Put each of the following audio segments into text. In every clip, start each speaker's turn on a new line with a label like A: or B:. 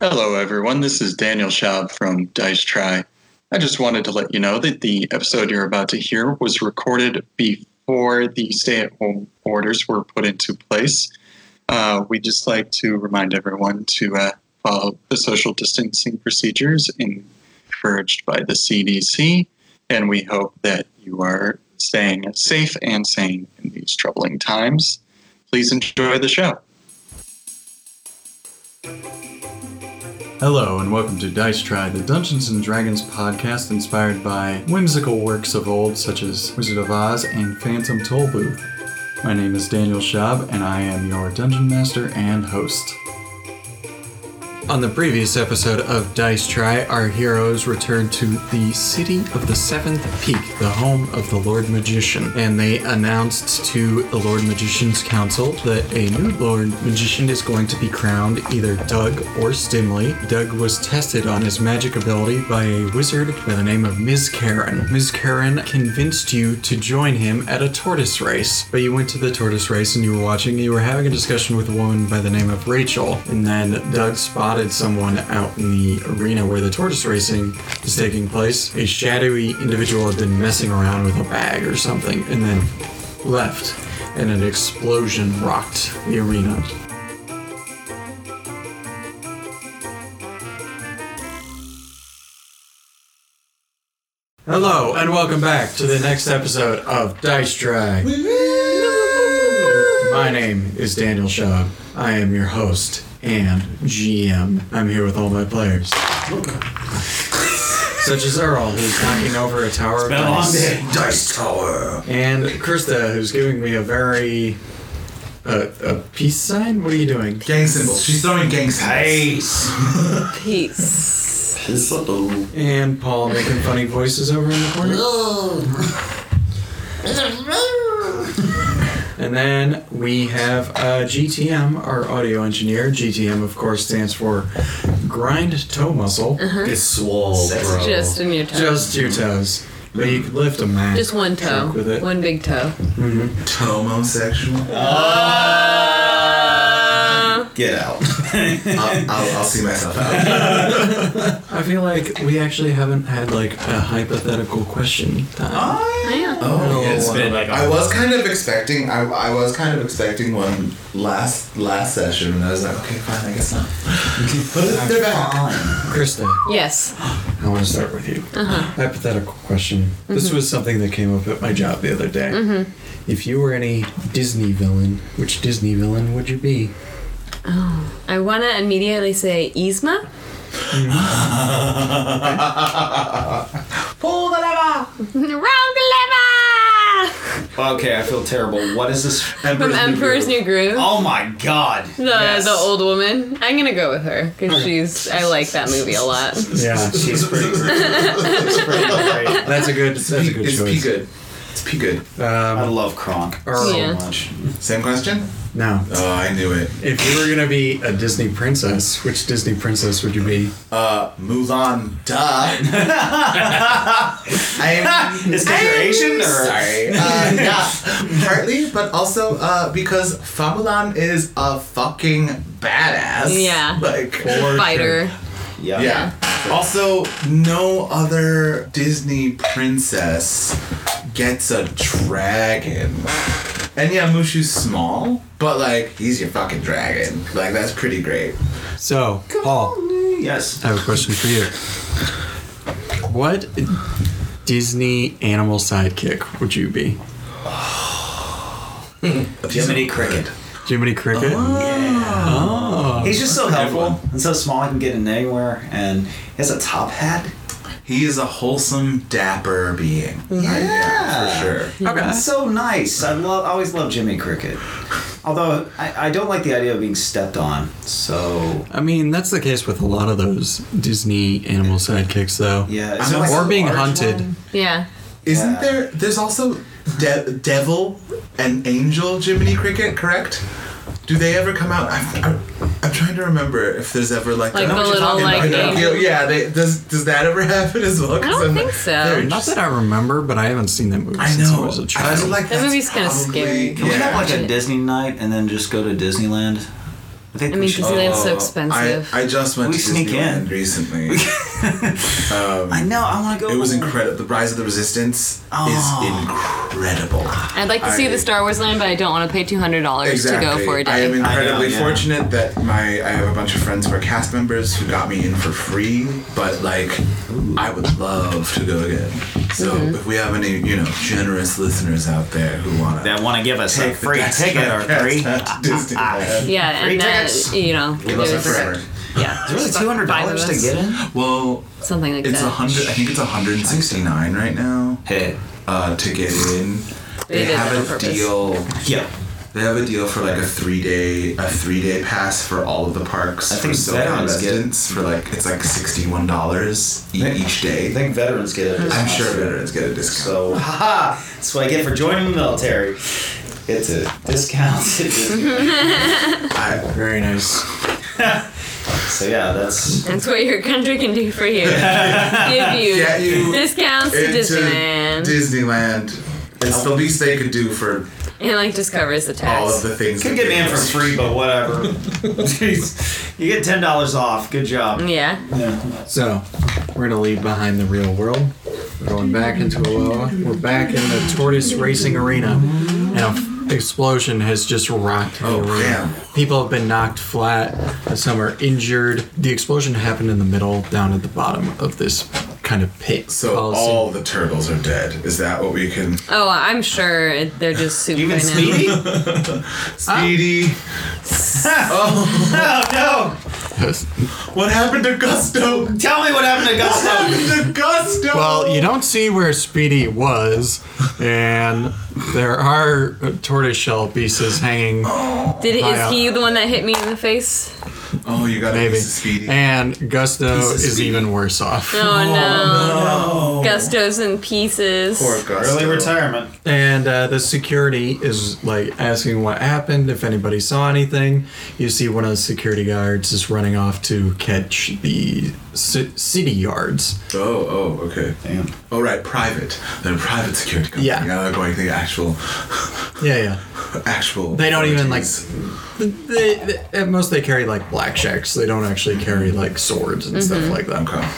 A: Hello, everyone. This is Daniel Schaub from Dice Try. I just wanted to let you know that the episode you're about to hear was recorded before the stay at home orders were put into place. Uh, we just like to remind everyone to uh, follow the social distancing procedures encouraged by the CDC, and we hope that you are staying safe and sane in these troubling times. Please enjoy the show. Hello and welcome to Dice Try, the Dungeons and Dragons podcast inspired by whimsical works of old such as Wizard of Oz and Phantom Tollbooth. My name is Daniel Schaub and I am your dungeon master and host. On the previous episode of Dice Try, our heroes returned to the city of the Seventh Peak, the home of the Lord Magician, and they announced to the Lord Magician's Council that a new Lord Magician is going to be crowned either Doug or Stimley. Doug was tested on his magic ability by a wizard by the name of Ms. Karen. Ms. Karen convinced you to join him at a tortoise race, but you went to the tortoise race and you were watching, you were having a discussion with a woman by the name of Rachel, and then Doug spotted someone out in the arena where the tortoise racing is taking place. A shadowy individual had been messing around with a bag or something, and then left, and an explosion rocked the arena. Hello, and welcome back to the next episode of Dice Drag. My name is Daniel Schaub. I am your host and GM. I'm here with all my players. Such as Earl, who's knocking over a tower of dice.
B: Dice Tower.
A: And Krista, who's giving me a very. Uh, a peace sign? What are you doing?
B: Gang symbols. She's throwing gang symbols.
C: Peace.
A: And Paul making funny voices over in the corner. And then we have uh, GTM, our audio engineer. GTM, of course, stands for Grind Toe Muscle.
C: Uh-huh.
B: It's swole, bro.
C: Just in your toe. Just,
A: Just two toes. But you could lift them, man.
C: one toe.
A: Work with it. Mm-hmm.
C: One big toe.
B: homosexual.
C: Uh,
B: Get out. I'll, I'll, I'll see myself out.
A: I feel like we actually haven't had like a hypothetical question time.
B: Oh,
D: It's been like
B: I was kind of expecting. I, I was kind of expecting one last last session, and I was like, okay, fine, I guess not. but they're back.
A: Krista,
C: Yes.
A: I want to start with you. Hypothetical question. This was something that came up at my job the other day. If you were any Disney villain, which Disney villain would you be?
C: I want to immediately say Yzma.
B: Pull the lever.
C: Wrong lever!
D: okay. I feel terrible. What is this?
C: From Emperor's New Groove.
D: Oh my god.
C: The, the old woman. I'm gonna go with her because she's. I like that movie a lot.
A: Yeah,
D: She's pretty. she's pretty great.
A: that's a good. That's a good
B: it's
A: choice.
B: P good. It's P good.
D: I
A: Um,
D: love Kronk so
C: Yeah.
D: much.
B: Same question?
A: now,
B: Oh, I knew it.
A: if you were gonna be a Disney princess, which Disney princess would you be?
B: Uh, Mulan, duh. I am
D: Is this your Asian or?
B: Sorry. Uh, yeah, partly, but also uh, because Fabulan is a fucking badass.
C: Yeah.
B: Like,
C: Fighter.
D: Yeah.
B: yeah. Also, no other Disney princess gets a dragon. And yeah, Mushu's small, but like, he's your fucking dragon. Like, that's pretty great.
A: So, Paul.
D: Yes.
A: I have a question for you. What Disney animal sidekick would you be?
D: Jiminy Cricket.
A: Jiminy Cricket?
D: He's just so helpful and so small. I can get in anywhere, and he has a top hat.
B: He is a wholesome, dapper being.
D: Yeah.
B: For sure.
A: Okay.
D: It's so nice. I love. I always love Jiminy Cricket. Although I, I don't like the idea of being stepped on. So
A: I mean, that's the case with a lot of those Disney animal sidekicks, though.
D: yeah.
B: I'm
D: so
B: not-
D: like
A: Or
D: a
A: being
D: large
A: hunted.
D: one.
C: Yeah.
B: Isn't
D: Yeah.
B: there? There's also de- devil and angel Jiminy Cricket, correct? Do they ever come out? I'm, I'm, I'm trying to remember if therere's ever like,
C: Like
B: I know
C: the
B: what you're
C: little,
B: talking
C: Oh, like,
B: about.
C: angel-
B: yeah. They, does does that ever happen as well? 'Cause
C: I don't
B: I'm
C: think
B: like,
C: so.
B: they're
A: Not
B: just-
A: that I remember, but I haven't seen that movie
B: I
A: since I
B: know.
A: was a
B: I
A: child.
B: was like
C: That
B: that's
C: movie's kinda
B: probably-
C: scary.
D: Can we
B: yeah.
D: have like
C: Watch
D: a
C: it.
D: Disney night and then just go to Disneyland? I think
C: I mean,
D: we should.
C: Disneyland's so
B: Oh,
C: expensive.
B: I, I just went
D: We
B: to
D: sneak
B: Disneyland
D: in.
B: recently. um,
D: I know. I want to go.
B: it was incredible. The Rise of the Resistance
D: Oh.
B: is incredible.
C: I'd like to see
B: I-
C: the Star Wars land, but I don't want to pay two hundred dollars to go for a
B: I
C: day.
B: am incredibly
D: I know, yeah.
B: fortunate that my I have a bunch of friends who are cast members who got me in for free. But like, I would love to go again. So
C: Mm-hmm.
B: if we have any you know generous listeners out there who want
D: That want to give us a free ticket or three.
B: Disneyland.
C: yeah,
D: Free
C: and that
D: tickets.
C: you know,
B: Give us
C: there's
B: it forever.
D: Yeah, it's really
C: Just like
D: two hundred dollars
C: five
D: to
C: of
D: get in.
B: Well,
C: something like
B: it's a
C: that.
B: hundred. I think it's hundred and sixty-nine right now.
D: Hey.
B: uh, to get in.
C: They
B: They,
C: did that on
B: have a
C: purpose.
B: deal.
D: Yeah.
B: They have a deal for like a three day a three day pass for all of the parks.
D: I think
B: for SoCal
D: veterans get-
B: residents for like it's like sixty one dollars e-,
D: They-
B: each day.
D: I think veterans get it.
B: I'm sure veterans get a discount.
D: So, haha, that's what I get for joining the military. It's a discount.
B: I,
A: Very nice.
D: so yeah, that's
C: That's what your country can do for you. Give you,
B: Get you
C: discounts to
B: into
C: Disneyland,
B: Disneyland. It's the least they could do for
C: and like just covers the
B: all of
C: tax.
B: the things.
D: could
B: that
D: get
B: they
D: me in for
B: must-
D: free, but whatever. Jeez. You get ten dollars off. Good job.
C: yeah,
D: Yeah.
A: So, we're gonna leave behind the real world. We're going back into Aloha. We're back in the tortoise racing arena, and an explosion has just rocked the
B: Oh,
A: arena.
B: damn.
A: People have been knocked flat. Some are injured. The explosion happened in the middle, down at the bottom of this kind of pit.
B: So
A: called-
B: all the turtles are dead. Is that what we can?
C: Oh, I'm sure it- they're just soup
D: Even
C: right
D: Speedy?
B: Speedy,
D: Oh
B: what happened to Gusto?
D: no! Tell me what happened to Gusto.
B: happened to Gusto?
A: Well, you don't see where Speedy was, and there are tortoiseshell pieces hanging
C: now. Did it,
A: Hi, uh,
C: is he the one that hit me in the face?
B: Oh, you got a
A: Maybe.
B: piece of Speedy.
A: And Gusto
B: Piece of
A: is
B: speed.
A: even worse off.
C: Oh, no. Gusto's in pieces.
B: Poor Gusto.
D: Early retirement.
A: And uh, the security is like asking what happened, if anybody saw anything. You see one of the security guards is running off to catch the ci- city yards.
B: Oh, oh, okay.
D: Damn.
B: Oh, right, private. They're a private security company.
A: Yeah.
B: Now they're going to the actual,
A: Yeah, yeah.
B: actual.
A: They don't even, like,
B: authorities.
A: They, they- at most, they carry like blackjacks. They don't actually carry like swords and stuff like that.
B: Okay.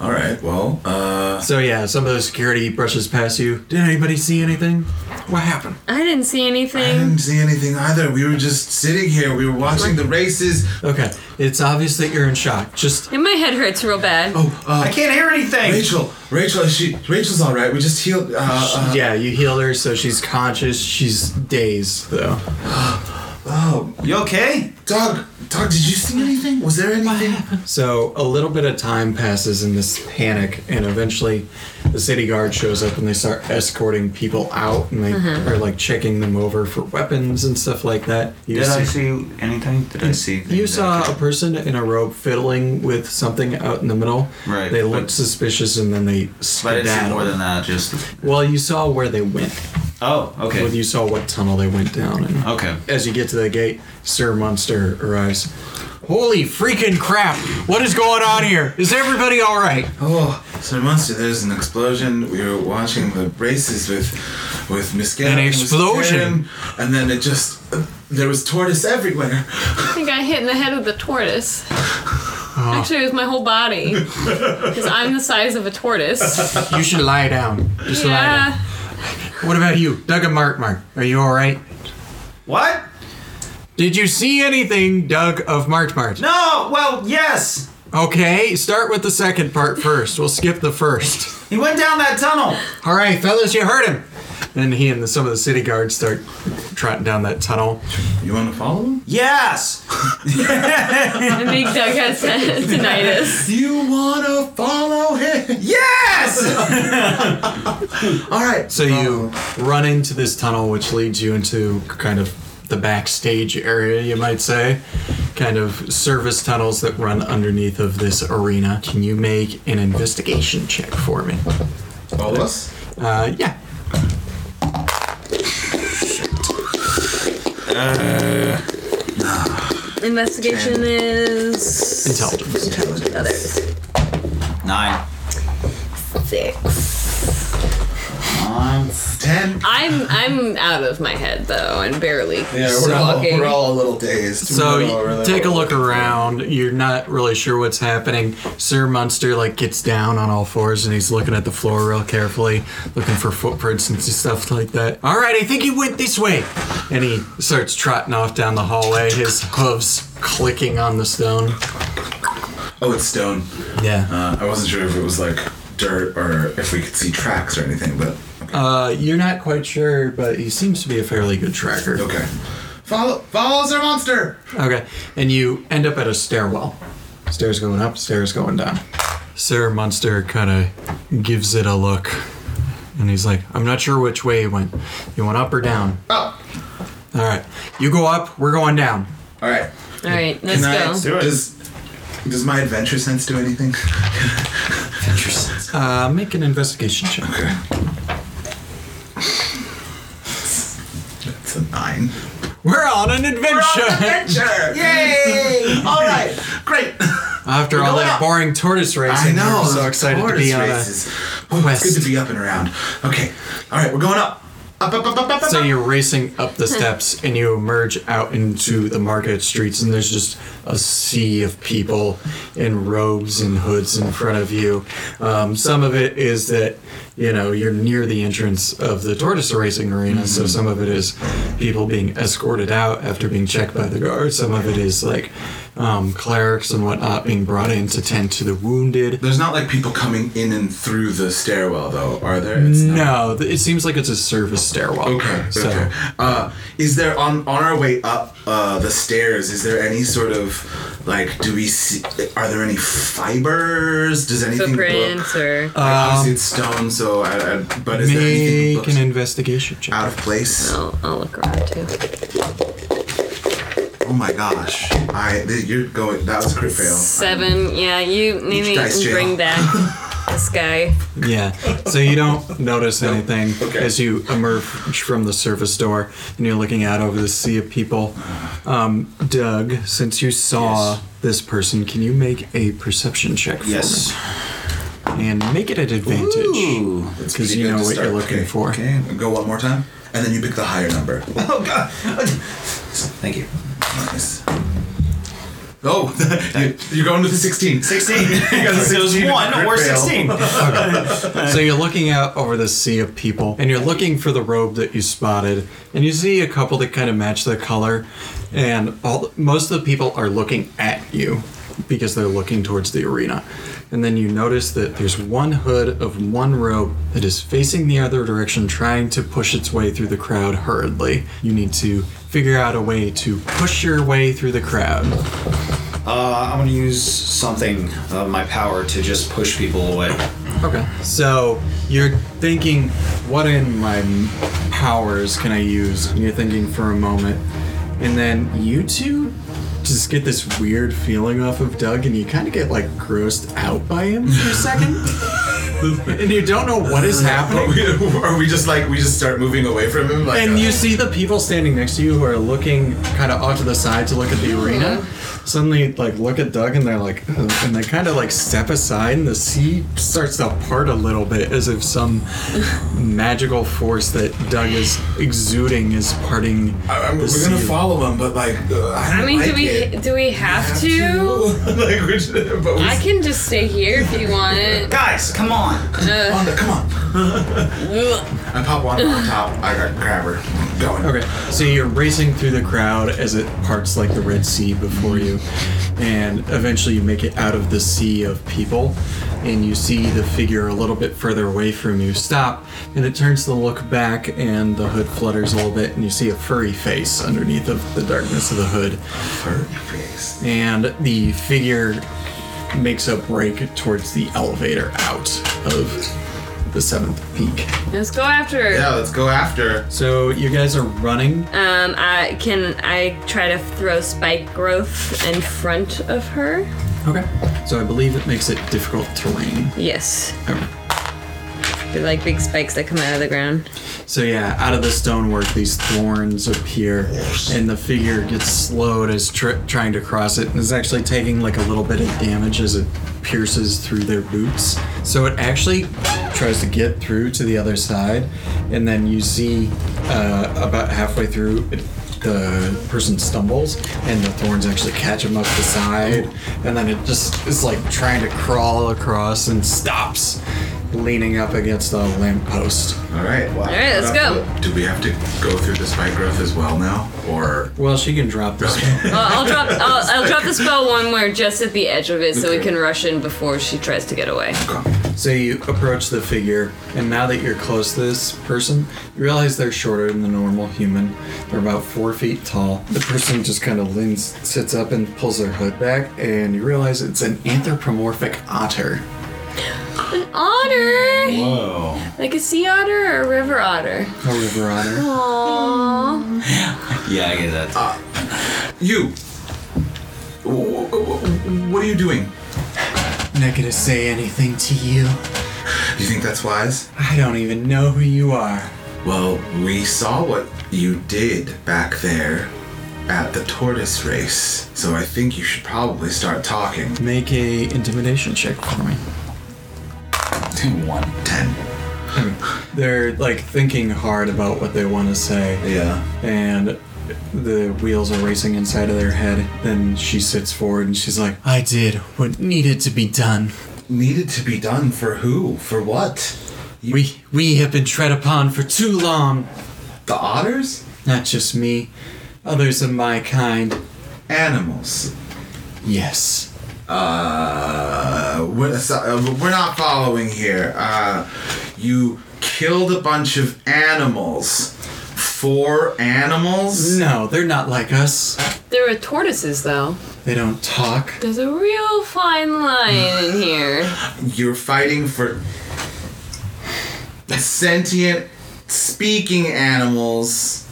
B: All right. Well, uh,
A: So yeah, some of the security brushes past you. Did anybody see anything? What happened?
C: I didn't see
B: I didn't
C: anything.
B: see anything either. We were just sitting here. We were watching the races.
A: Okay, it's obvious that you're in shock. Just
C: And my head hurts real bad.
B: Oh,
D: I
B: uh,
D: can't hear anything.
B: Rachel. Rachel. is She. Rachel's all right. We just healed. Uh,
D: Uh-huh.
B: uh,
A: yeah, you healed her, so she's conscious. She's dazed though.
B: Oh,
D: You okay?
B: Doug. Doug, did you see anything? Was there anything?
A: So a little bit of time passes in this panic, and eventually the city guard shows up and they start escorting people out, and they
D: Uh-huh.
A: are like checking them over for weapons and stuff like that. You see-
D: see anything? Did I see?
A: you saw a person in a robe fiddling with something out in the middle.
D: Right,
A: They
D: but-
A: looked suspicious, and then they skedaddled.
D: that. Just.
A: Well, you saw where they went.
D: Oh,
A: Well,
D: okay.
A: you saw what tunnel they went down in.
D: Okay.
A: As you get to the gate, Sir Munster arrives. Holy freaking crap! What is going on here? Is everybody all right?
B: Oh, Sir Munster, there's an explosion. We were watching the races with, with Miss Gannon.
A: An explosion?
B: And then it just, there was tortoise everywhere.
C: I think I hit in the head with the tortoise. Actually, it was my whole body. Because I'm the size of a tortoise.
A: You should lie down. Just lie
C: yeah.
A: down. What about you, Doug and Mark? Mark, are you all right?
D: What?
A: Did you see anything, Doug of March March?
D: No. Well, yes.
A: Okay, start with the second part first. We'll skip the first.
D: He went down that tunnel.
A: All right, fellas, you heard him. And he and the, some of the city guards start trotting down that tunnel.
B: You want to follow him?
D: Yes.
C: I think Doug has tinnitus.
B: You want to follow him?
D: Yes.
B: All right.
A: So you run into this tunnel, which leads you into kind of the backstage area, you might say. Kind of service tunnels that run underneath of this arena. Can you make an investigation check for me?
B: All of us?
A: Uh, yeah.
C: Investigation is.
A: Intelligence.
C: Others.
D: Nine.
C: Six.
D: Con.
B: Ten.
C: I'm I'm out of my head though, and barely
B: Yeah, we're all,
C: walking.
B: we're all a little dazed. We're all
A: So
B: really-
A: you take a look around. You're not really sure what's happening. Sir Munster like gets down on all fours and he's looking at the floor real carefully, looking for footprints and stuff like that. All right, I think he went this way, and he starts trotting off down the hallway, his hooves clicking on the stone.
B: Oh, it's stone.
A: Yeah.
B: Uh, I wasn't sure if it was like dirt or if we could see tracks or anything, but
A: Uh, you're not quite sure, but he seems to be a fairly good tracker.
B: okay. Follow, follow Sir Monster.
A: Okay, and you end up at a stairwell. Stairs going up, stairs going down. Sir Munster kind of gives it a look, and he's like, "I'm not sure which way you went. You went up or down?
B: Oh,
A: All right, you go up. We're going down.
B: all right.
C: all right, let's go.
D: do it.
B: Does does my adventure sense do anything?
A: Uh, make an investigation check.
B: Okay. That's a nine.
A: We're on an adventure.
B: Adventure! Yay! All right, great.
A: After all
B: going
A: that
B: up.
A: boring tortoise racing, I'm so
B: those
A: excited to
B: tortoise
A: be on a.
B: races. Oh, It's
A: quest.
B: good to be up and around. Okay, all right, we're going up. Up, up, up, up, up, up.
A: So you're racing up the steps and you emerge out into the market streets, and there's just a sea of people in robes and hoods in front of you. Um, some of it is that, you know, you're near the entrance of the tortoise racing arena,
B: Mm-hmm.
A: so some of it is people being escorted out after being checked by the guards, some of it is like um, clerics and whatnot being brought in to tend to the wounded.
B: There's not like people coming in and through the stairwell, though, are there? It's not-
A: No, th- it seems like it's a service stairwell.
B: Okay.
A: So.
B: okay. Uh, is there on on our way up uh, the stairs? Is there any sort of like? Do we see? Are there any fibers? Does anything book?
C: Footprints or
A: Um,
B: Like, obviously it's stone, so I, I, but is there anything
A: Make
B: booked
A: an investigation check.
B: out of place?
C: I'll, I'll look around too.
B: Oh my gosh! I th- you're going. That was a crit fail.
C: Seven. Yeah, you need
B: Each dice
C: to
B: jail.
C: bring back this guy.
A: Yeah. So you don't notice anything
B: Okay.
A: as you emerge from the service door and you're looking out over the sea of people. Um, Doug, since you saw
D: Yes.
A: this person, can you make a perception check for
D: Yes.
A: me? And make it at advantage.
D: Ooh.
B: That's
A: Because
B: pretty
A: you
B: good
A: know
B: to
A: what you're
B: start.
A: looking
B: Okay,
A: for.
B: Okay. Go one more time, and then you pick the higher number.
D: Oh god. Thank you.
B: Nice. Oh, you- you're going to the 16.
D: 16.
B: Because
D: it was one
B: crit
D: or
B: fail.
D: 16.
A: So you're looking out over the sea of people and you're looking for the robe that you spotted and you see a couple that kind of match the color and all most of the people are looking at you because they're looking towards the arena. And then you notice that there's one hood of one robe that is facing the other direction trying to push its way through the crowd hurriedly. You need to figure out a way to push your way through the crowd.
D: Uh, I'm gonna use something of my power to just push people away.
A: Okay. So you're thinking, what in my powers can I use? And you're thinking for a moment. And then you two just get this weird feeling off of Doug, and you kind of get like grossed out by him for a second. and you don't know what is
B: Are
A: happening.
B: we, are we just like we just start moving away from him? Like,
A: And
B: uh,
A: you see the people standing next to you who are looking kind of off to the side to look at the arena. Suddenly, like look at Doug, and they're like, "Ugh," and they kind of like step aside, and the sea starts to part a little bit, as if some magical force that Doug is exuding is parting.
B: I, am
A: the
B: we're
A: sea.
B: gonna follow him, but like uh, I don't
C: I mean,
B: like
C: do we
B: it.
C: do we have to?
B: like we should, but we
C: I can just stay here if you want it.
D: Guys, come on.
B: on the, come on.
C: Ugh.
B: I pop one on top. I got grab her. Going.
A: Okay, so you're racing through the crowd as it parts like the Red Sea before you, and eventually you make it out of the sea of people, and you see the figure a little bit further away from you stop, and it turns to look back, and the hood flutters a little bit, and you see a furry face underneath of the darkness of the hood,
B: Hurt your face.
A: and the figure makes a break towards the elevator out of the seventh peak.
C: Let's go after her.
B: Yeah, let's go after.
A: So you guys are running.
C: Um, I can I try to throw spike growth in front of her?
A: Okay. So I believe it makes it difficult terrain.
C: Yes.
A: Um,
E: They're like big spikes that come out of the ground.
A: So yeah, out of the stonework, these thorns appear, and the figure gets slowed as tr- trying to cross it, and is actually taking like a little bit of damage as it pierces through their boots. So it actually tries to get through to the other side, and then you see uh, about halfway through. It, the person stumbles and the thorns actually catch him up the side and then it just is like trying to crawl across and stops leaning up against a lamppost.
B: All right.
D: Wow.
E: All right, let's go.
B: Do we have to go through the spike growth as well now, or
A: Well, she can drop this one.
E: Well, I'll drop. I'll, I'll drop the spell one where just at the edge of it, so we can rush in before she tries to get away.
A: So you approach the figure, and now that you're close to this person, you realize they're shorter than the normal human. They're about four feet tall. The person just kind of leans, sits up, and pulls their hood back, and you realize it's an anthropomorphic otter.
E: Otter,
D: Oh.
B: Whoa.
E: like a sea otter or a river otter.
A: A river otter.
E: Aww.
D: Yeah, I get that.
B: You. Wh- wh- wh- What are you doing?
A: Not gonna say anything to you.
B: You think that's wise?
A: I don't even know who you are.
B: Well, we saw what you did back there at the tortoise race, so I think you should probably start talking.
A: Make a intimidation check for me.
D: One.
B: Ten.
A: They're like thinking hard about what they want to say.
B: Yeah.
A: and the wheels are racing inside of their head. Then she sits forward and she's like, I did what needed to be done.
B: Needed to be done for who? For what?
A: We we have been tread upon for too long.
B: The otters?
A: Not just me, others of my kind.
B: Animals.
A: Yes.
B: Uh, we're, so- uh, we're not following here. Uh, you killed a bunch of animals. Four animals?
A: No, they're not like us.
C: There are tortoises, though.
A: They don't talk.
E: There's a real fine line in here.
B: You're fighting for sentient speaking animals,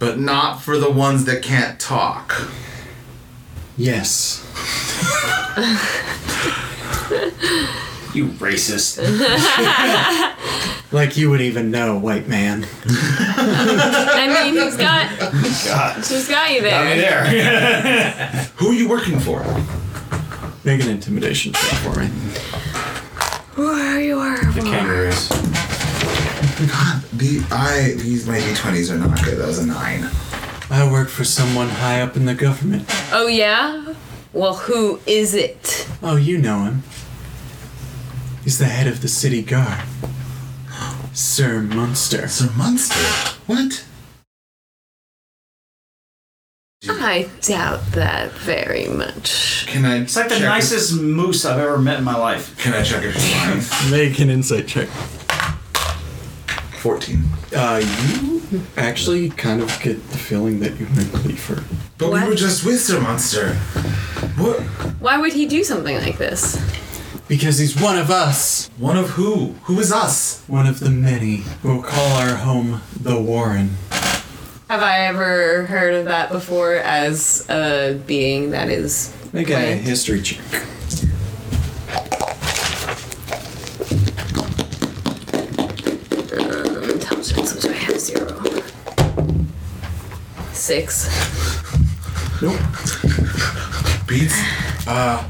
B: but not for the ones that can't talk.
A: Yes.
D: You racist.
A: Like you would even know, white man.
E: I mean, he's got. She's got you there.
D: there.
B: Who are you working for?
A: Make an intimidation check for me.
E: Who are you? Are
D: Kangaroos.
B: God, the I these my d20s are not good. That was a nine.
A: I work for someone high up in the government.
E: Oh yeah. Well, who is it?
A: Oh, you know him. He's the head of the city guard. Sir Munster.
B: It's a monster. What?
E: I doubt that very much.
B: Can I?
D: It's like the nicest moose I've ever met in my life.
B: Can I check if she's lying?
A: Make an insight check.
B: Fourteen.
A: Uh, you actually kind of get the feeling that you might believe her.
B: But we
E: What?
B: were just with Sir Monster. What?
E: Why would he do something like this?
A: Because he's one of us.
B: One of who? Who is us?
A: One of the many. We'll call our home the Warren.
E: Have I ever heard of that before as a being that is?
A: Make a
E: Okay.
A: history check.
E: Um, intelligence, which I have zero. Six.
A: Nope.
B: Beats.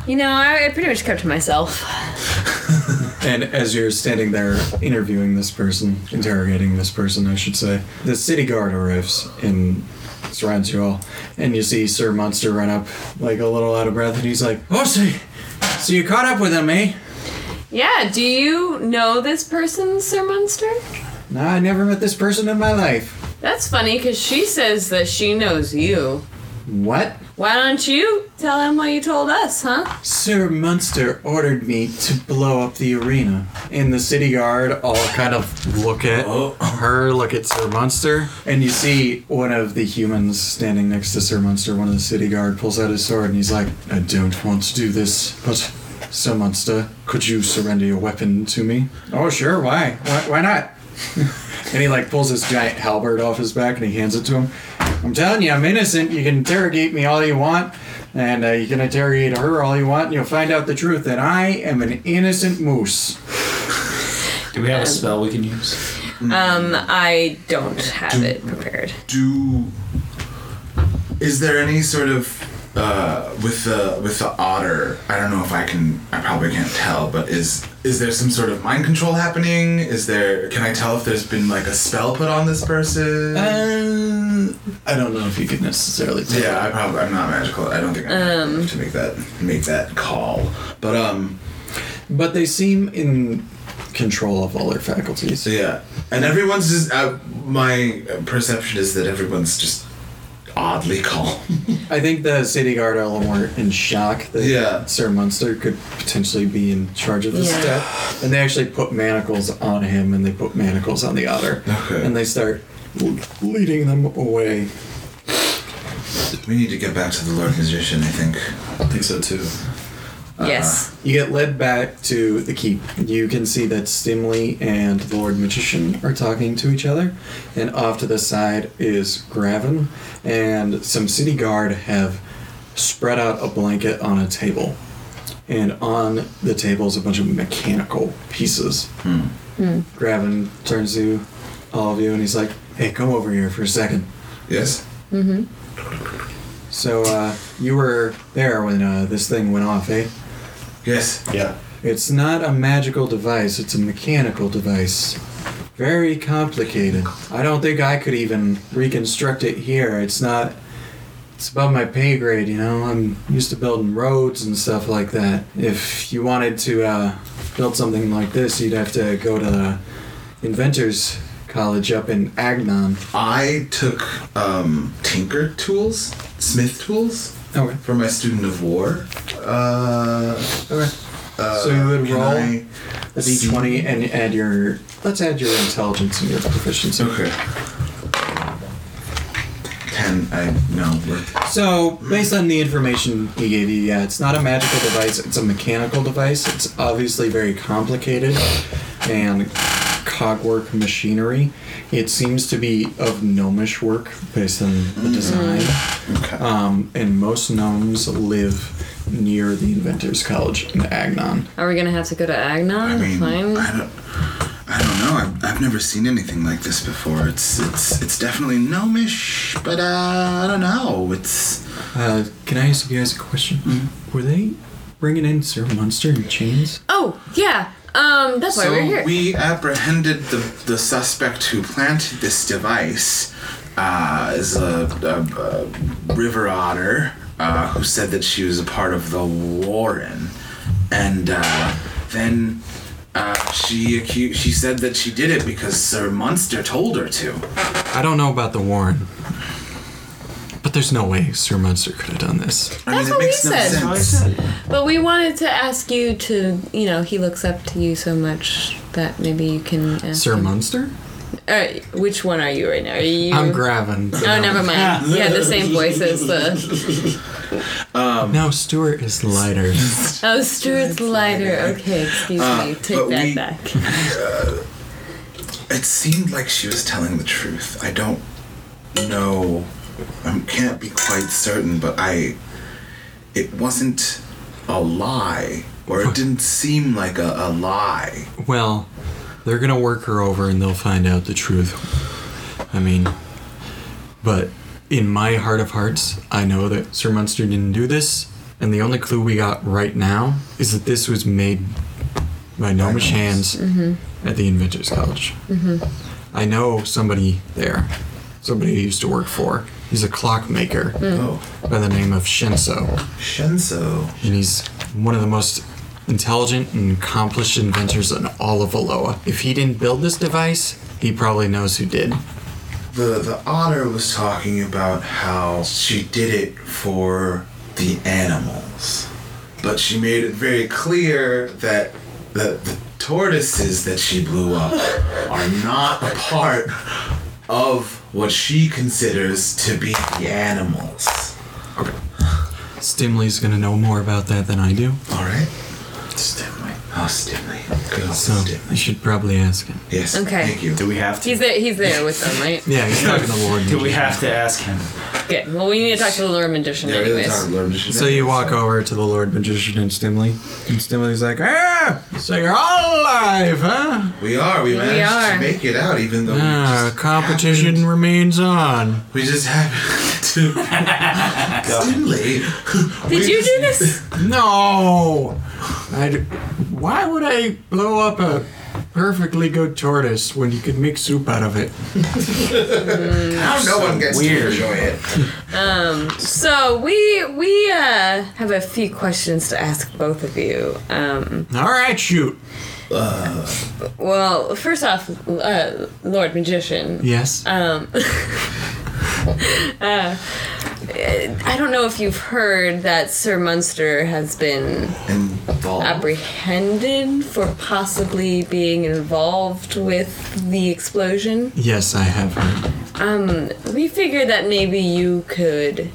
E: You know, I, I pretty much kept to myself.
A: And as you're standing there interviewing this person, interrogating this person, I should say, the city guard arrives and surrounds you all. And you see Sir Monster run up, like a little out of breath, and he's like, Oh, so, so you caught up with him, eh?
E: Yeah. Do you know this person, Sir Munster?
A: No, I never met this person in my life.
E: That's funny because she says that she knows you.
A: What?
E: Why don't you tell him what you told us, huh?
A: Sir Munster ordered me to blow up the arena. And the city guard all kind of look at her, look at Sir Munster. And you see one of the humans standing next to Sir Munster, one of the city guard, pulls out his sword and he's like, I don't want to do this, but Sir Munster, could you surrender your weapon to me? Oh, sure, why? Why, why not? and he like pulls his giant halberd off his back and he hands it to him. I'm telling you, I'm innocent. You can interrogate me all you want, and uh, you can interrogate her all you want, and you'll find out the truth that I am an innocent moose.
D: Do we have a spell we can use?
E: Um, I don't have it prepared.
B: do is there any sort of uh, with the with the otter i don't know if i can i probably can't tell but is is there some sort of mind control happening is there can i tell if there's been like a spell put on this person
A: Um, I don't know if you could necessarily tell.
B: yeah i probably i'm not magical i don't think i'm um, to make that make that call but um
A: But they seem in control of all their faculties.
B: so yeah and everyone's just uh, my perception is that everyone's just oddly calm
A: I think the city guard all were in shock that
B: Yeah.
A: Sir Munster could potentially be in charge of this
E: Yeah.
A: step. And they actually put manacles on him and they put manacles on the otter.
B: Okay.
A: And they start l- leading them away.
B: we need to get back to the lord musician i think
A: I think so too.
B: Uh,
E: yes.
A: You get led back to the keep. You can see that Stimley and Lord Magician are talking to each other, and off to the side is Graven, and some city guard have spread out a blanket on a table. And on the table is a bunch of mechanical pieces. Graven turns to all of you and he's like, Hey, come over here for a second.
B: Yes.
A: So, uh, you were there when uh, this thing went off, eh?
B: Yes.
D: Yeah.
A: It's not a magical device, it's a mechanical device. Very complicated. I don't think I could even reconstruct it here. It's not. It's above my pay grade, you know? I'm used to building roads and stuff like that. If you wanted to uh, build something like this, you'd have to go to the Inventors College up in Agnon.
B: I took um, tinker tools, smith tools,
A: Okay.
B: for my student of war. Uh,
A: Okay.
B: uh,
A: So you would
B: can
A: roll
B: I-
A: A d20 and add your. Let's add your intelligence and your proficiency.
B: okay. Ten. I no. we're-
A: So, based on the information he gave you, yeah, it's not a magical device, it's a mechanical device. It's obviously very complicated and cogwork machinery. It seems to be of gnomish work based on the design.
B: Okay.
A: Um, and most gnomes live near the Inventors College in Agnon.
E: Are we gonna have to go to Agnon?
B: I mean,
E: Fine.
B: I don't. I don't know. I've, I've never seen anything like this before. It's it's it's definitely gnomish, but uh, I don't know. It's
A: Uh, can I ask you guys a question? Were they bringing in Sir Munster in chains?
C: Oh, yeah. Um, that's why we're
B: So
C: here.
B: we apprehended the, the suspect who planted this device uh, is a, a, a river otter uh, who said that she was a part of the Warren, and uh, then uh, she accused, she said that she did it because Sir Munster told her to.
A: I don't know about the Warren. But there's no way Sir Munster could have done this.
B: I mean,
C: That's
B: it
C: what we
B: makes no
C: said.
B: sense.
C: But we wanted to ask you to, you know, he looks up to you so much that maybe you can ask
A: Sir
C: him.
A: Munster?
C: Uh, which one are you right now? Are you?
A: I'm Graven.
C: Oh, never mind. You had the same voice as the.
A: No, Stuart is lighter.
C: Oh, Stuart's lighter. Okay, excuse me.
B: Uh, but
C: Take that
B: we-
C: back.
B: It seemed like she was telling the truth. I don't know. I can't be quite certain, but I. It wasn't a lie, or it didn't seem like a, a lie.
A: Well, they're gonna work her over and they'll find out the truth. I mean, but in my heart of hearts, I know that Sir Munster didn't do this, and the only clue we got right now is that this was made by gnomish hands at the Inventors College. I know somebody there, somebody I used to work for. He's a clockmaker
B: Oh,
A: by the name of Shinso
B: Shenzo.
A: and he's one of the most intelligent and accomplished inventors in all of Aloha. If he didn't build this device, he probably knows who did.
B: The the otter was talking about how she did it for the animals, but she made it very clear that the, the tortoises that she blew up are not a part of what she considers to be the animals.
A: Stimley's gonna know more about that than I do.
B: All right.
A: Stimley.
B: Oh, Stimley. Oh,
A: So you
B: Stimley.
A: should probably ask him.
B: Yes.
E: Okay.
B: Thank you.
D: Do we have to?
E: He's there. He's there with them, right?
A: Yeah, he's talking to the Lord.
D: do we
A: Magician.
D: have to ask him?
E: Okay. Well, we need to talk to the Lord Magician,
B: Yeah, really
E: anyways.
B: talk to Lord Magician.
A: So you walk over to the Lord Magician and Stimley, and Stimley's like, "Ah, so you're all alive, huh?
B: We are. We managed
E: are.
B: to make it out, even though we
A: Ah,
B: just
A: competition
B: happened-
A: remains on."
B: we just happened to Stimley.
E: Did you do this?
A: No, I. d- Why would I blow up a perfectly good tortoise when you could make soup out of it?
B: How no one gets to
D: weird.
B: enjoy it.
E: So we we uh, have a few questions to ask both of you. Um,
A: All right, shoot.
E: well, first off, uh, Lord Magician,
A: Yes.
E: Uh, I don't know if you've heard that Sir Munster has been
B: Involved.
E: apprehended for possibly being involved with the explosion.
A: yes, I have heard.
E: We figured that maybe you could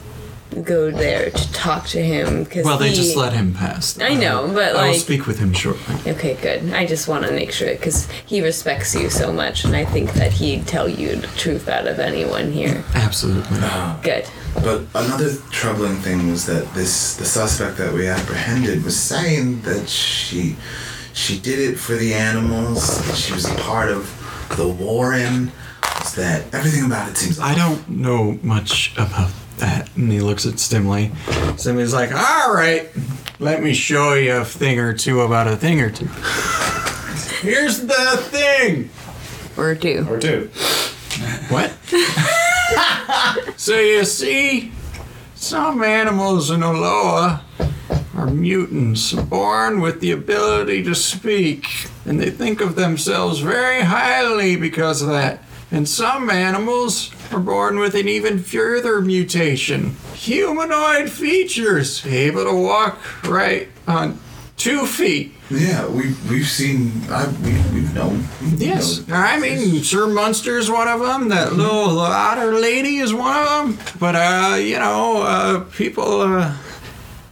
E: go there to talk to him because
A: Well, they just let him pass.
E: I know, but
A: I will
E: like
A: speak with him shortly.
E: Okay, good. I just want to make sure because he respects you so much, and I think that he'd tell you the truth out of anyone here.
A: Absolutely.
E: Good.
B: But another troubling thing was that this the suspect that we apprehended was saying that she she did it for the animals. That she was a part of the Warren. was That everything about it seems.
A: I
B: Like,
A: don't know much about that. And he looks at Stimley. Stimley's like, all right, let me show you a thing or two about a thing or two. Here's the thing.
E: Or two.
D: Or do?
A: What? so you see, some animals in Aloha are mutants, born with the ability to speak, and they think of themselves very highly because of that. And some animals are born with an even further mutation humanoid features, able to walk right on two feet.
B: yeah, we we've seen. I we we've known. we've
A: Yes,
B: known that
A: I mean Sir Munster is one of them. That little otter lady is one of them. But uh, you know, uh, people uh,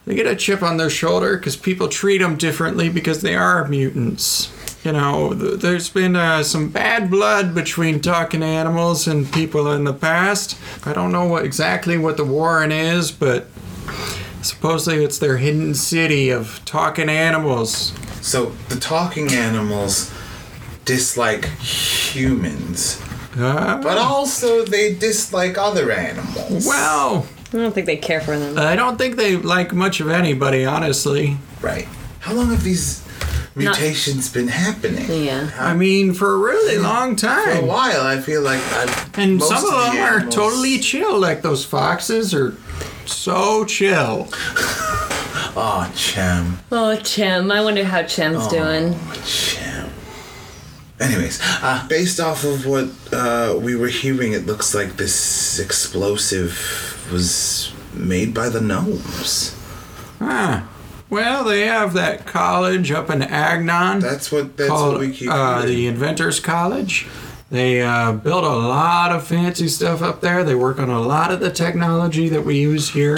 A: they get a chip on their shoulder because people treat them differently because they are mutants. You know, th- there's been uh, some bad blood between talking animals and people in the past. I don't know what exactly what the Warren is, but supposedly it's their hidden city of talking animals.
B: So the talking animals dislike humans,
A: Uh,
B: but also they dislike other animals.
A: well.
E: I don't think they care for them.
A: I don't think they like much of anybody, honestly.
B: Right. How long have these mutations been happening? Uh,
E: Yeah.
A: I mean, for a really long
B: For a
A: time.
B: while, I feel like I've,
A: And
B: most
A: some of
B: the
A: them are
B: animals-
A: totally chill, like those foxes are so chill.
B: Aw, Chem.
E: Oh, Chem. I wonder how
B: Oh.
E: Chem's doing.
B: Chem. Anyways, uh, based off of what uh, we were hearing, it looks like this explosive was made by the gnomes.
A: Huh. Well, they have that college up in Agnon.
B: That's what that's
A: called
B: what we keep
A: uh,
B: hearing.
A: the Inventors College. They uh, built a lot of fancy stuff up there. They work on a lot of the technology that we use here.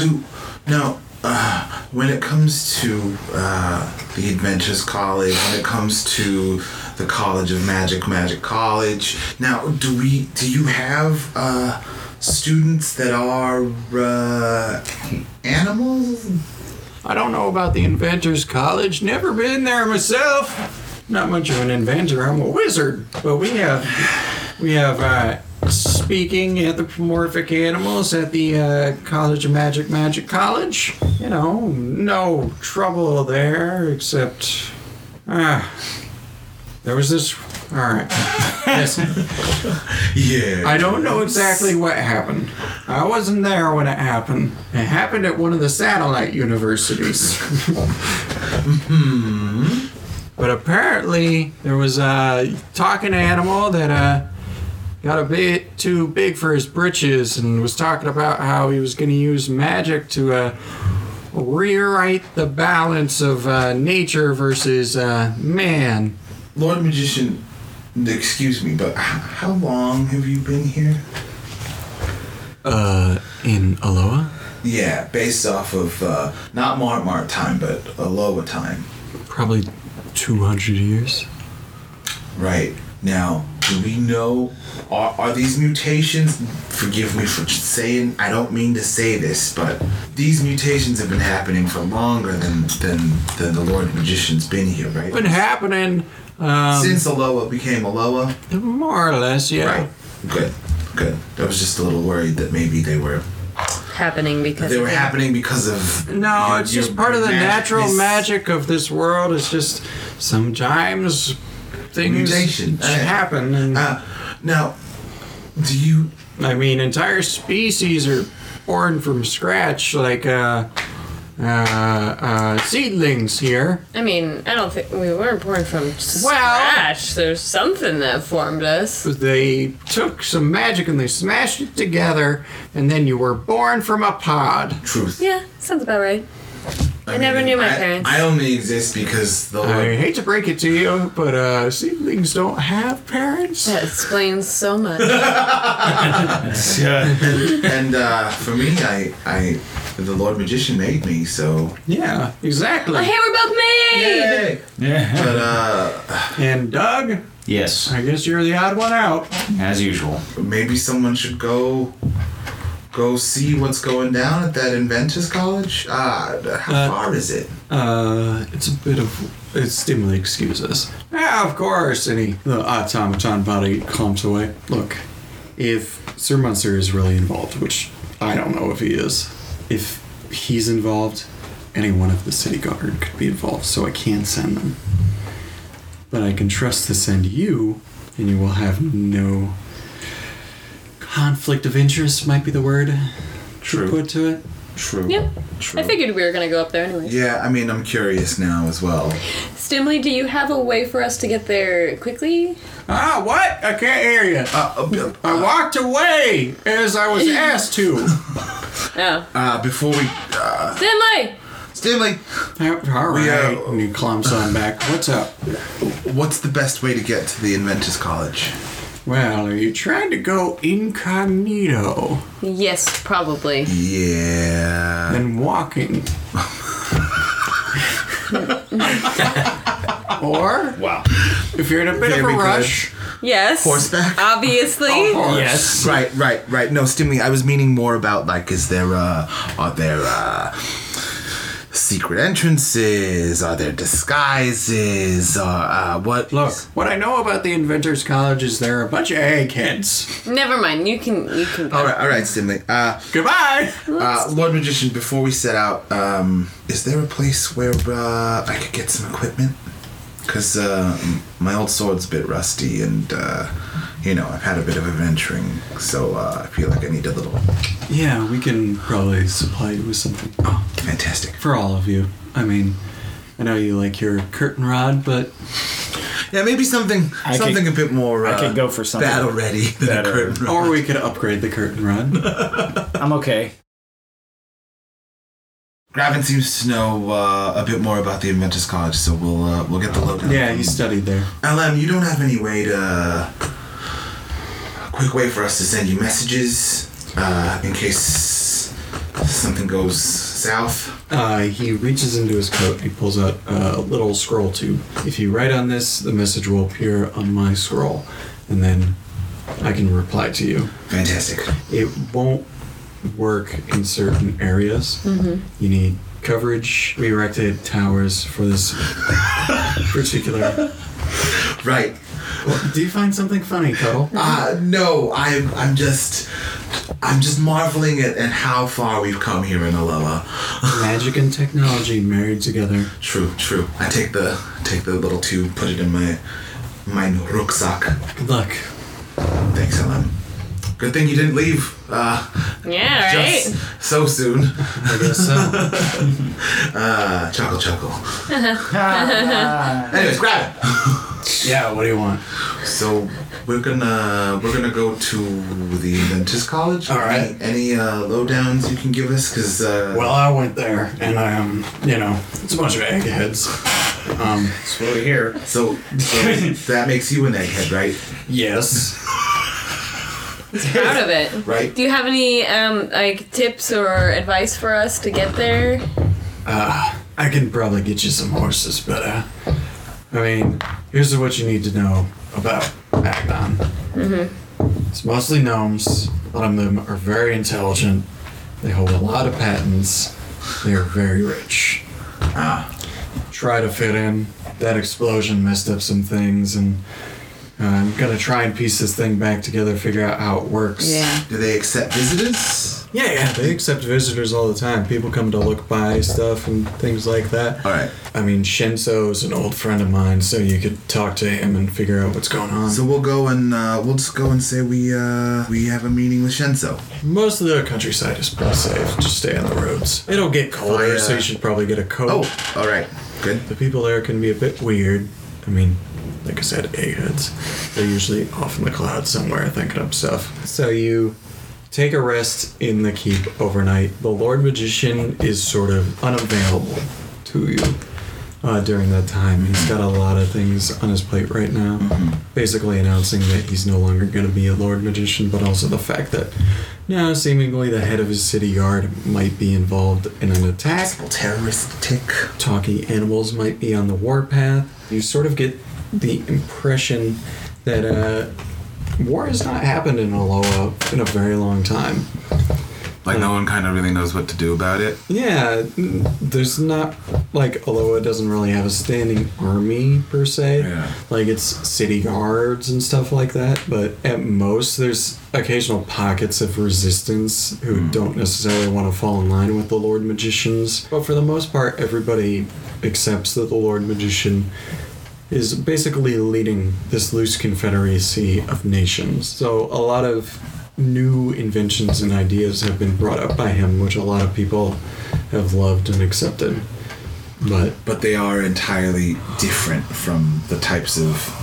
B: Now, uh, when it comes to uh, the Adventures College, when it comes to the College of Magic, Magic College. Now, do we? Do you have uh, students that are uh, animals?
A: I don't know about the Inventors College. Never been there myself. Not much of an inventor. I'm a wizard. But we have we have uh, speaking anthropomorphic animals at the uh, College of Magic Magic College. You know, no trouble there except ah, there was this. All right. Yes.
B: Yeah.
A: I don't know exactly what happened. I wasn't there when it happened. It happened at one of the satellite universities. Hmm. But apparently, there was a talking animal that uh, got a bit too big for his britches and was talking about how he was going to use magic to uh, rewrite the balance of uh, nature versus uh, man.
B: Lord Magician, excuse me, but h- how long have you been here?
A: Uh, in Aloha?
B: Yeah, based off of uh, not Mart Mart time, but Aloha time.
A: Probably 200 years?
B: Right. Now, do we know are, are these mutations forgive me for just saying I don't mean to say this, but these mutations have been happening for longer than than, than the Lord Magician's been here, right?
A: Been happening, um,
B: Since Aloha became Aloha.
A: more or less, yeah.
B: Right. Good. Good. I was just a little worried that maybe they were
E: happening because
B: they
E: of
B: were
E: the-
B: happening because of
A: No,
B: your-
A: it's
B: your
A: just part of the
B: mag-
A: natural
B: this
A: magic of this world. It's just sometimes things
B: mutation.
A: happen. And,
B: Uh, now, do you
A: I mean, entire species are born from scratch, like uh, uh, uh, seedlings here.
E: I mean, I don't think we weren't born from
A: Well-
E: scratch. There's something that formed us.
A: They took some magic and they smashed it together, and then you were born from a pod.
B: truth?
E: Yeah, sounds about right. I, never knew my
B: I-
E: parents.
B: I only exist because the
A: I
B: Lord
A: hate to break it to you, but uh, seedlings don't have parents.
E: that explains so much.
F: Yeah.
B: and uh, for me, I, I, the Lord Magician made me, so.
A: Yeah, exactly.
E: Oh, hey, we're both made.
F: Yeah.
B: But uh,
A: And Doug,
D: Yes,
A: I guess you're the odd one out.
D: as usual.
B: maybe someone should go, go see what's going down at that Inventors College. Uh, how
A: Uh,
B: far is it?
A: Uh, it's a bit of it stimulate excuses. Ah, of course. And he, the automaton body calms away. Look, if Sir Munster is really involved, which I don't know if he is, if he's involved, anyone of the city guard could be involved, so I can't send them. But I can trust to send you, and you will have no conflict of interest. Might be the word to
B: True.
A: put to it.
B: True.
C: Yep.
B: True.
C: I figured we were gonna go up there anyway.
B: yeah, I mean, I'm curious now as well.
C: Stimley, do you have a way for us to get there quickly?
A: Ah, what? I can't hear you.
B: Uh, uh,
A: I walked away as I was asked to.
C: No.
B: uh, before we,
C: Stimley!
B: Stanley,
A: All right.
B: uh,
A: and he clumps on back. What's up?
B: what's the best way to get to the Inventors College?
A: Well, are you trying to go incognito
C: Yes, probably.
B: Yeah.
A: and walking? or
F: Wow.
A: if you're in a bit of
B: Very
A: a
B: good.
A: rush,
C: Yes.
B: Horseback? Oh,
C: Obviously.
F: Yes.
B: Right, right, right. No, Stimmy, I was meaning more about like, is there, uh, are there, uh, secret entrances? Are there disguises? Or, uh, what?
A: look. What I know about the Inventors College is they're a bunch of eggheads.
C: Never mind. You can you can
B: All right, all right, Stimmy. Uh,
A: Goodbye.
B: uh, Lord Magician, before we set out, um, is there a place where, uh, I could get some equipment? Because, uh, m- my old sword's a bit rusty and, uh, you know, I've had a bit of adventuring, so, uh, I feel like I need a little.
A: Yeah, we can probably supply you with something. Oh.
B: Fantastic.
A: for all of you. I mean, I know you like your curtain rod, but
B: Yeah, maybe something
F: I
B: something
F: could-
B: a bit more.
F: I
B: uh,
F: could go for something
B: battle ready than
F: better.
B: a curtain rod.
A: or we could upgrade the curtain rod.
F: I'm okay.
B: Gravin seems to know uh, a bit more about the Inventors College, so we'll uh, we'll get the lowdown.
A: yeah, you studied there.
B: LM, you don't have any way to a quick way for us to send you messages uh, in case something goes south.
A: Uh, he reaches into his coat and he pulls out uh, a little scroll tube. If you write on this, the message will appear on my scroll, and then I can reply to you.
B: Fantastic.
A: It won't work in certain areas. You need coverage. We erected towers for this particular.
B: Right.
A: Do you find something funny, Cuddle?
B: Uh, no, I'm I'm just I'm just marveling at, at how far we've come here in Aloha.
A: Magic and technology married together.
B: True, true. I take the take the little tube, put it in my my rucksack.
A: Good luck.
B: Thanks, Ellen. Good thing you didn't leave uh,
E: Oh,
C: Yeah, right.
B: just so soon.
A: I guess so.
B: Uh, chuckle, chuckle. Anyways, grab it.
A: yeah, what do you want?
B: So we're gonna we're gonna go to the Inventors College.
A: All right.
B: Any, any uh, lowdowns you can give us? Cause uh,
A: Well, I went there, and I, um, you know, it's a bunch of eggheads. Um,
F: That's what we hear.
B: so, so that makes you an egghead, right?
A: yes.
C: Proud of it.
B: Right.
C: Do you have any um like tips or advice for us to get there?
A: I can probably get you some horses, but, uh, I mean, here's what you need to know about Agnon. It's mostly gnomes. A lot of them are very intelligent. They hold a lot of patents. They are very rich. Ah. Try to fit in. That explosion messed up some things, and uh, I'm gonna try and piece this thing back together, figure out how it works.
E: Yeah.
B: Do they accept visitors?
A: Yeah, yeah. They accept visitors all the time. People come to look by stuff and things like that.
B: All right.
A: I mean, Shinso is an old friend of mine, so you could talk to him and figure out what's going on.
B: So we'll go and uh, we'll just go and say we uh, we have a meeting with Shenzo.
A: Most of the countryside is pretty safe. Just stay on the roads. It'll get colder,
B: Fire.
A: so you should probably get a coat.
B: Oh, all right. Good.
A: The people there can be a bit weird. I mean, like I said, A-heads. They're usually off in the clouds somewhere thinking up stuff. So you take a rest in the keep overnight. The Lord Magician is sort of unavailable to you uh, during that time. He's got a lot of things on his plate right now. Basically announcing that he's no longer going to be a Lord Magician, but also the fact that now seemingly the head of his city guard might be involved in an attack
B: Terrorist tick.
A: talking animals might be on the warpath. You sort of get the impression that uh, war has not happened in Aloha in a very long time.
B: Like no one kind of really knows what to do about it.
A: Yeah, n- there's not like Aloha doesn't really have a standing army per se.
B: Yeah.
A: Like it's city guards and stuff like that. But at most, there's occasional pockets of resistance who don't necessarily want to fall in line with the Lord Magicians. But for the most part, everybody accepts that the Lord Magician is basically leading this loose confederacy of nations. So a lot of new inventions and ideas have been brought up by him, which a lot of people have loved and accepted. But
B: But they are entirely different from the types of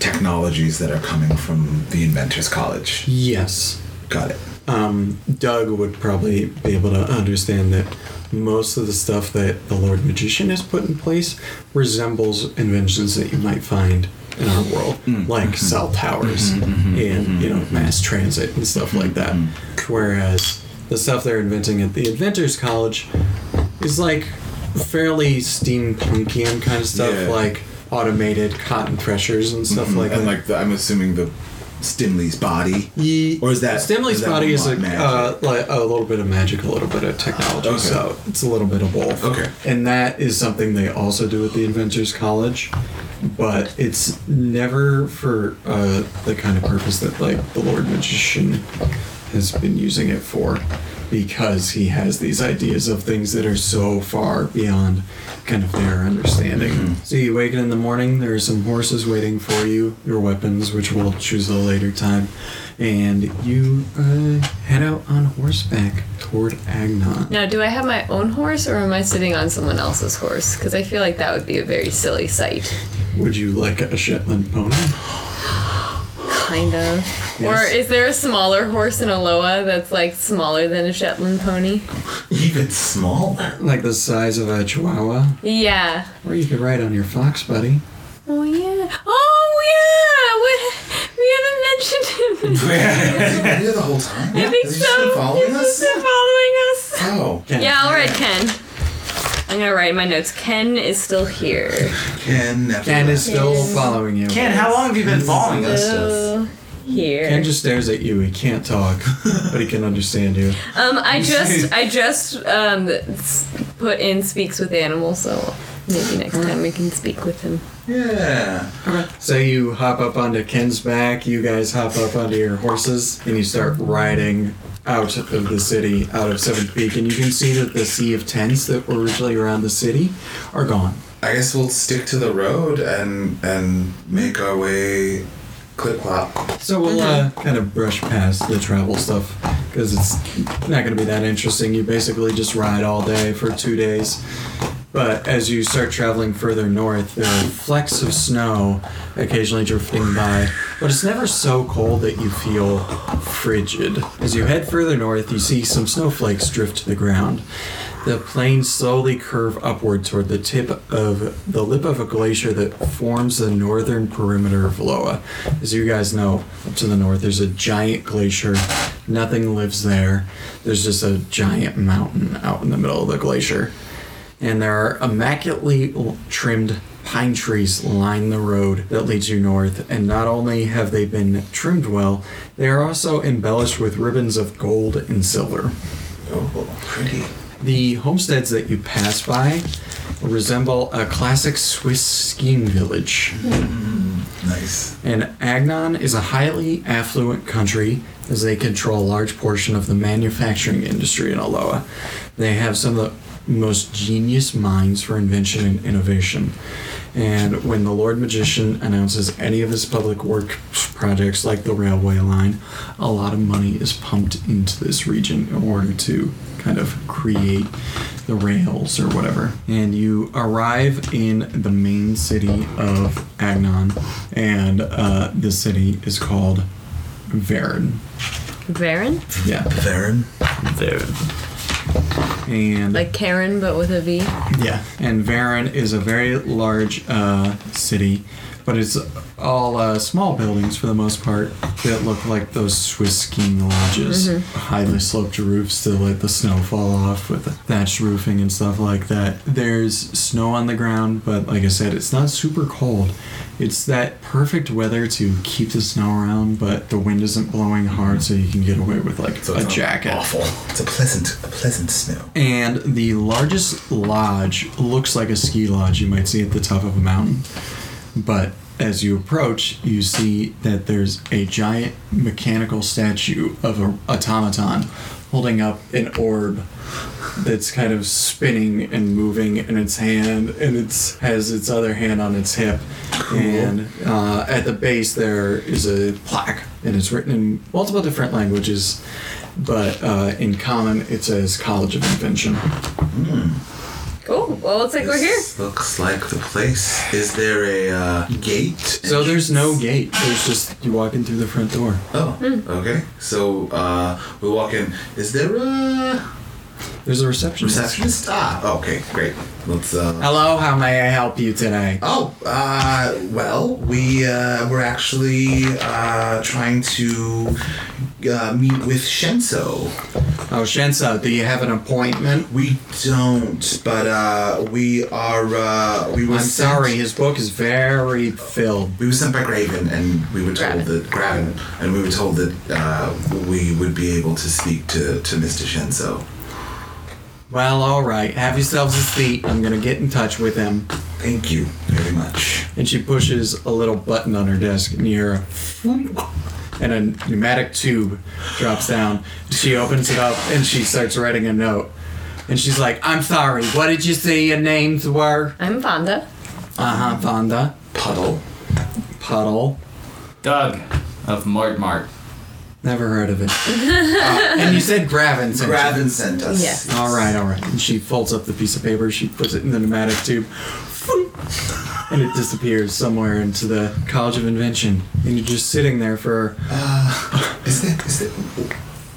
B: technologies that are coming from the Inventors College.
A: yes,
B: Got it.
A: um, Doug would probably be able to understand that most of the stuff that the Lord Magician has put in place resembles inventions that you might find in our world,
B: Mm-hmm.
A: like cell towers and you know mass transit and stuff like that.
B: Mm-hmm.
A: Whereas the stuff they're inventing at the Inventors College is like fairly steampunkian kind of stuff,
B: Yeah. Mm-hmm.
A: like automated cotton pressures and stuff like
B: and
A: that.
B: like the, I'm assuming the Stimley's body.
A: Ye-
B: Or is that-
A: Stimley's
B: is that
A: body is a,
B: not magic?
A: uh, like a little bit of magic, a little bit of technology,
B: Okay.
A: so it's a little bit of both.
B: Okay.
A: and that is something they also do at the Inventors College, but it's never for uh, the kind of purpose that like the Lord Magician has been using it for, because he has these ideas of things that are so far beyond kind of their understanding. So you waken in the morning. There are some horses waiting for you, your weapons, which we'll choose at a later time, and you uh, head out on horseback toward Agnon.
E: Now, do I have my own horse or am I sitting on someone else's horse? Because I feel like that would be a very silly sight.
A: Would you like a Shetland pony?
E: Kind of. Or is there a smaller horse in Aloha that's like smaller than a Shetland pony?
B: Even smaller.
A: Like the size of a Chihuahua?
E: Yeah.
A: Or you could ride on your fox, buddy.
E: Oh yeah. Oh yeah. We, we haven't mentioned him.
B: Been here the whole time.
E: I think
B: Has he just
E: so.
B: been following
E: He's just
B: us?
E: been following us.
B: Oh,
E: Yeah, I'll write Ken. I'm gonna write in my notes. Ken is still here.
B: Ken never.
A: Ken is still
E: Yes.
A: following you.
F: Ken, how long have you been following us?
E: Still here.
A: Ken just stares at you. He can't talk, but he can understand you.
E: Um, I just, I just um, s- put in speaks with animals, so maybe next time we can speak with him.
B: Yeah.
A: So you hop up onto Ken's back. You guys hop up onto your horses, and you start riding out of the city, out of Seventh Peak. And you can see that the sea of tents that were originally around the city are gone.
B: I guess we'll stick to the road and and make our way clip clop.
A: So we'll uh, kind of brush past the travel stuff because it's not going to be that interesting. You basically just ride all day for two days. But as you start traveling further north, there are flecks of snow occasionally drifting by, but it's never so cold that you feel frigid. As you head further north, you see some snowflakes drift to the ground. The plains slowly curve upward toward the tip of the lip of a glacier that forms the northern perimeter of Loa. As you guys know, up to the north, there's a giant glacier. Nothing lives there. There's just a giant mountain out in the middle of the glacier and there are immaculately l- trimmed Pine trees line the road that leads you north, and not only have they been trimmed well, they are also embellished with ribbons of gold and silver.
B: Oh, pretty.
A: The homesteads that you pass by resemble a classic Swiss skiing village.
B: Nice.
A: And Agnon is a highly affluent country as they control a large portion of the manufacturing industry in Aloha. They have some of the most genius minds for invention and innovation. And when the Lord Magician announces any of his public work projects like the railway line, a lot of money is pumped into this region in order to kind of create the rails or whatever. And you arrive in the main city of Agnon, and uh, this city is called Varen.
E: Varen?
A: Yeah.
B: Varen?
A: And
E: Like Karen, but with a V.
A: Yeah, and Varan is a very large uh, city, but it's all uh, small buildings for the most part that look like those Swiss skiing lodges, highly sloped roofs to let the snow fall off with thatched roofing and stuff like that. There's snow on the ground, but like I said, it's not super cold. It's that perfect weather to keep the snow around, but the wind isn't blowing hard, so you can get away with like
B: So
A: a
B: it's not
A: jacket.
B: Awful. It's a pleasant, a pleasant snow.
A: And the largest lodge looks like a ski lodge you might see at the top of a mountain. But as you approach, you see that there's a giant mechanical statue of an automaton holding up an orb that's kind of spinning and moving in its hand, and it's has its other hand on its hip. And uh, at the base there is a plaque, and it's written in multiple different languages, but uh, in common it says College of Invention.
E: Cool. Well, looks like we're here.
B: This looks like the place. Is there a uh, gate?
A: So there's no gate. There's just you walk in through the front door.
B: Oh, okay. So uh, we walk in. Is there a
A: There's a receptionist.
B: receptionist? Ah, okay, great. Let's. Uh,
A: Hello, how may I help you today?
B: oh, uh, well, we uh, we're actually uh, trying to uh, meet with Shenso.
A: Oh, Shensa, do you have an appointment?
B: We don't, but uh, we are. Uh, we were.
A: I'm
B: sent-
A: sorry, his book is very filled.
B: We were sent by Graven, and we were told
E: Graven.
B: that Graven, and we were told that uh, we would be able to speak to, to Mr. Shenso.
A: Well, all right. Have yourselves a seat. I'm gonna get in touch with him.
B: Thank you very much.
A: And she pushes a little button on her desk, and you hear a thwoomp, and a pneumatic tube drops down. She opens it up, and she starts writing a note. And she's like, "I'm sorry. What did you say your names were?"
E: I'm Vonda.
A: Uh huh. Vonda,
B: Puddle.
A: puddle.
F: Doug of Mart Mart.
A: Never heard of it. Uh, and you said Gravin's. didn't you?
B: Graven sent us.
E: Yes.
A: All right, all right. And she folds up the piece of paper. She puts it in the pneumatic tube, and it disappears somewhere into the College of Invention. And you're just sitting there for.
B: Is there is there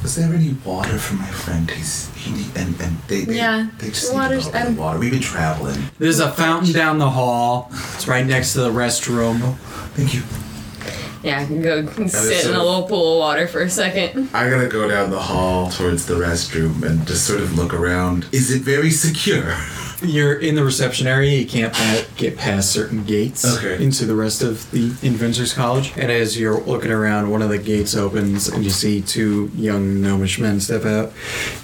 B: is there any water for my friend? He's he need, and and they, they
E: Yeah,
B: they just
E: water's-
B: need a little bit
E: I'm-
B: of water. We've been traveling.
A: There's a fountain down the hall. It's right next to the restroom.
B: Thank you.
E: Yeah, I can go sit in
B: so-
E: a little pool of water for a second.
B: I gotta go down the hall towards the restroom and just sort of look around. Is it very secure?
A: You're in the reception area. You can't pa- get past certain gates
B: Okay.
A: into the rest of the Inventors College. And as you're looking around, one of the gates opens, and you see two young gnomish men step out,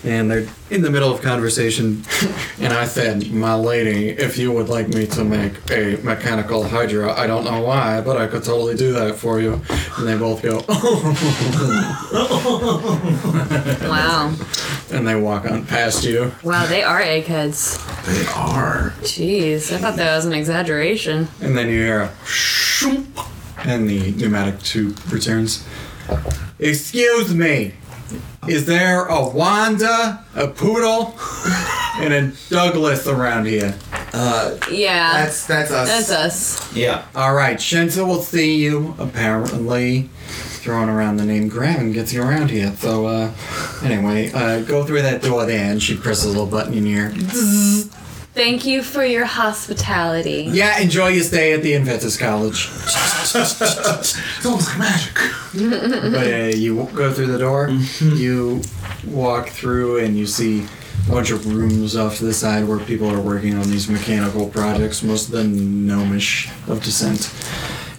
A: and they're in the middle of conversation. and I said, "My lady, if you would like me to make a mechanical hydra, I don't know why, but I could totally do that for you." And they both go, "Oh,"
E: Wow.
A: and they walk on past you.
E: Wow, they are eggheads.
B: They are.
E: Jeez, I thought that was an exaggeration.
A: And then you hear a shoomp, and the pneumatic tube returns. Excuse me, is there a Wanda, a Poodle, and a Douglas around here?
E: Yeah.
B: That's that's us.
E: that's us.
D: Yeah.
A: All right, Shinza will see you. Apparently, throwing around the name Graven gets you around here. So, uh, anyway, uh, go through that door there, and she presses a little button in here.
E: Thank you for your hospitality.
A: Yeah, enjoy your stay at the Inventors College.
B: It's almost like magic.
A: But uh, you w- go through the door, you walk through, and you see a bunch of rooms off to the side where people are working on these mechanical projects, most of them gnomish of descent.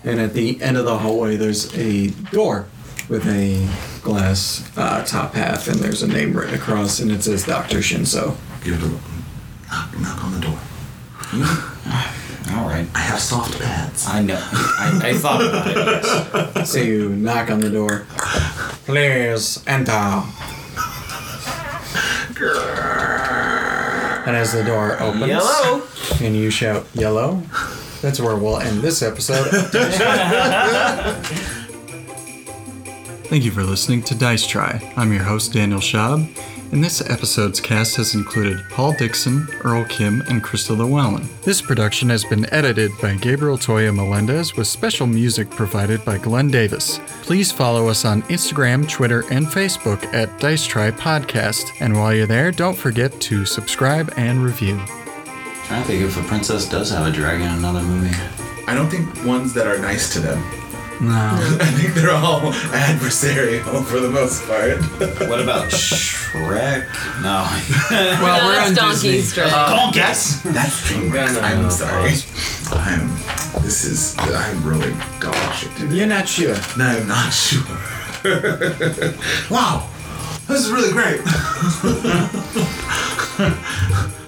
A: And at the end of the hallway, there's a door with a glass uh, top half, and there's a name written across, and it says Dr. Shinso.
B: Give it a knock, knock on the door.
F: All right.
B: I have soft pads.
F: I know. I, I thought about it. Yes.
A: So you knock on the door. uh, Please enter. And as the door opens,
F: Yellow.
A: and you shout yellow, that's where we'll end this episode. Thank you for listening to Dice Try. I'm your host, Daniel Schaub, and this episode's cast has included Paul Dixon, Earl Kim, and Crystal Llewellyn. This production has been edited by Gabriel Toya Melendez with special music provided by Glenn Davis. Please follow us on Instagram, Twitter, and Facebook at Dice Try Podcast. And while you're there, don't forget to subscribe and review.
F: trying to think if a princess does have a dragon in another movie.
B: I don't think ones that are nice to them.
A: No.
B: I think they're all adversarial for the most part.
F: What about Shrek? No.
A: Well, we're on
C: that's
A: Disney. Oh,
C: Donkey's Drake.
F: Don't guess.
B: That's
F: No, no,
B: DreamWorks. I'm
F: no,
B: sorry.
F: pause.
B: I'm. This is. I'm really gosh. it did-
A: You're not sure.
B: No, I'm not sure. wow, this is really great.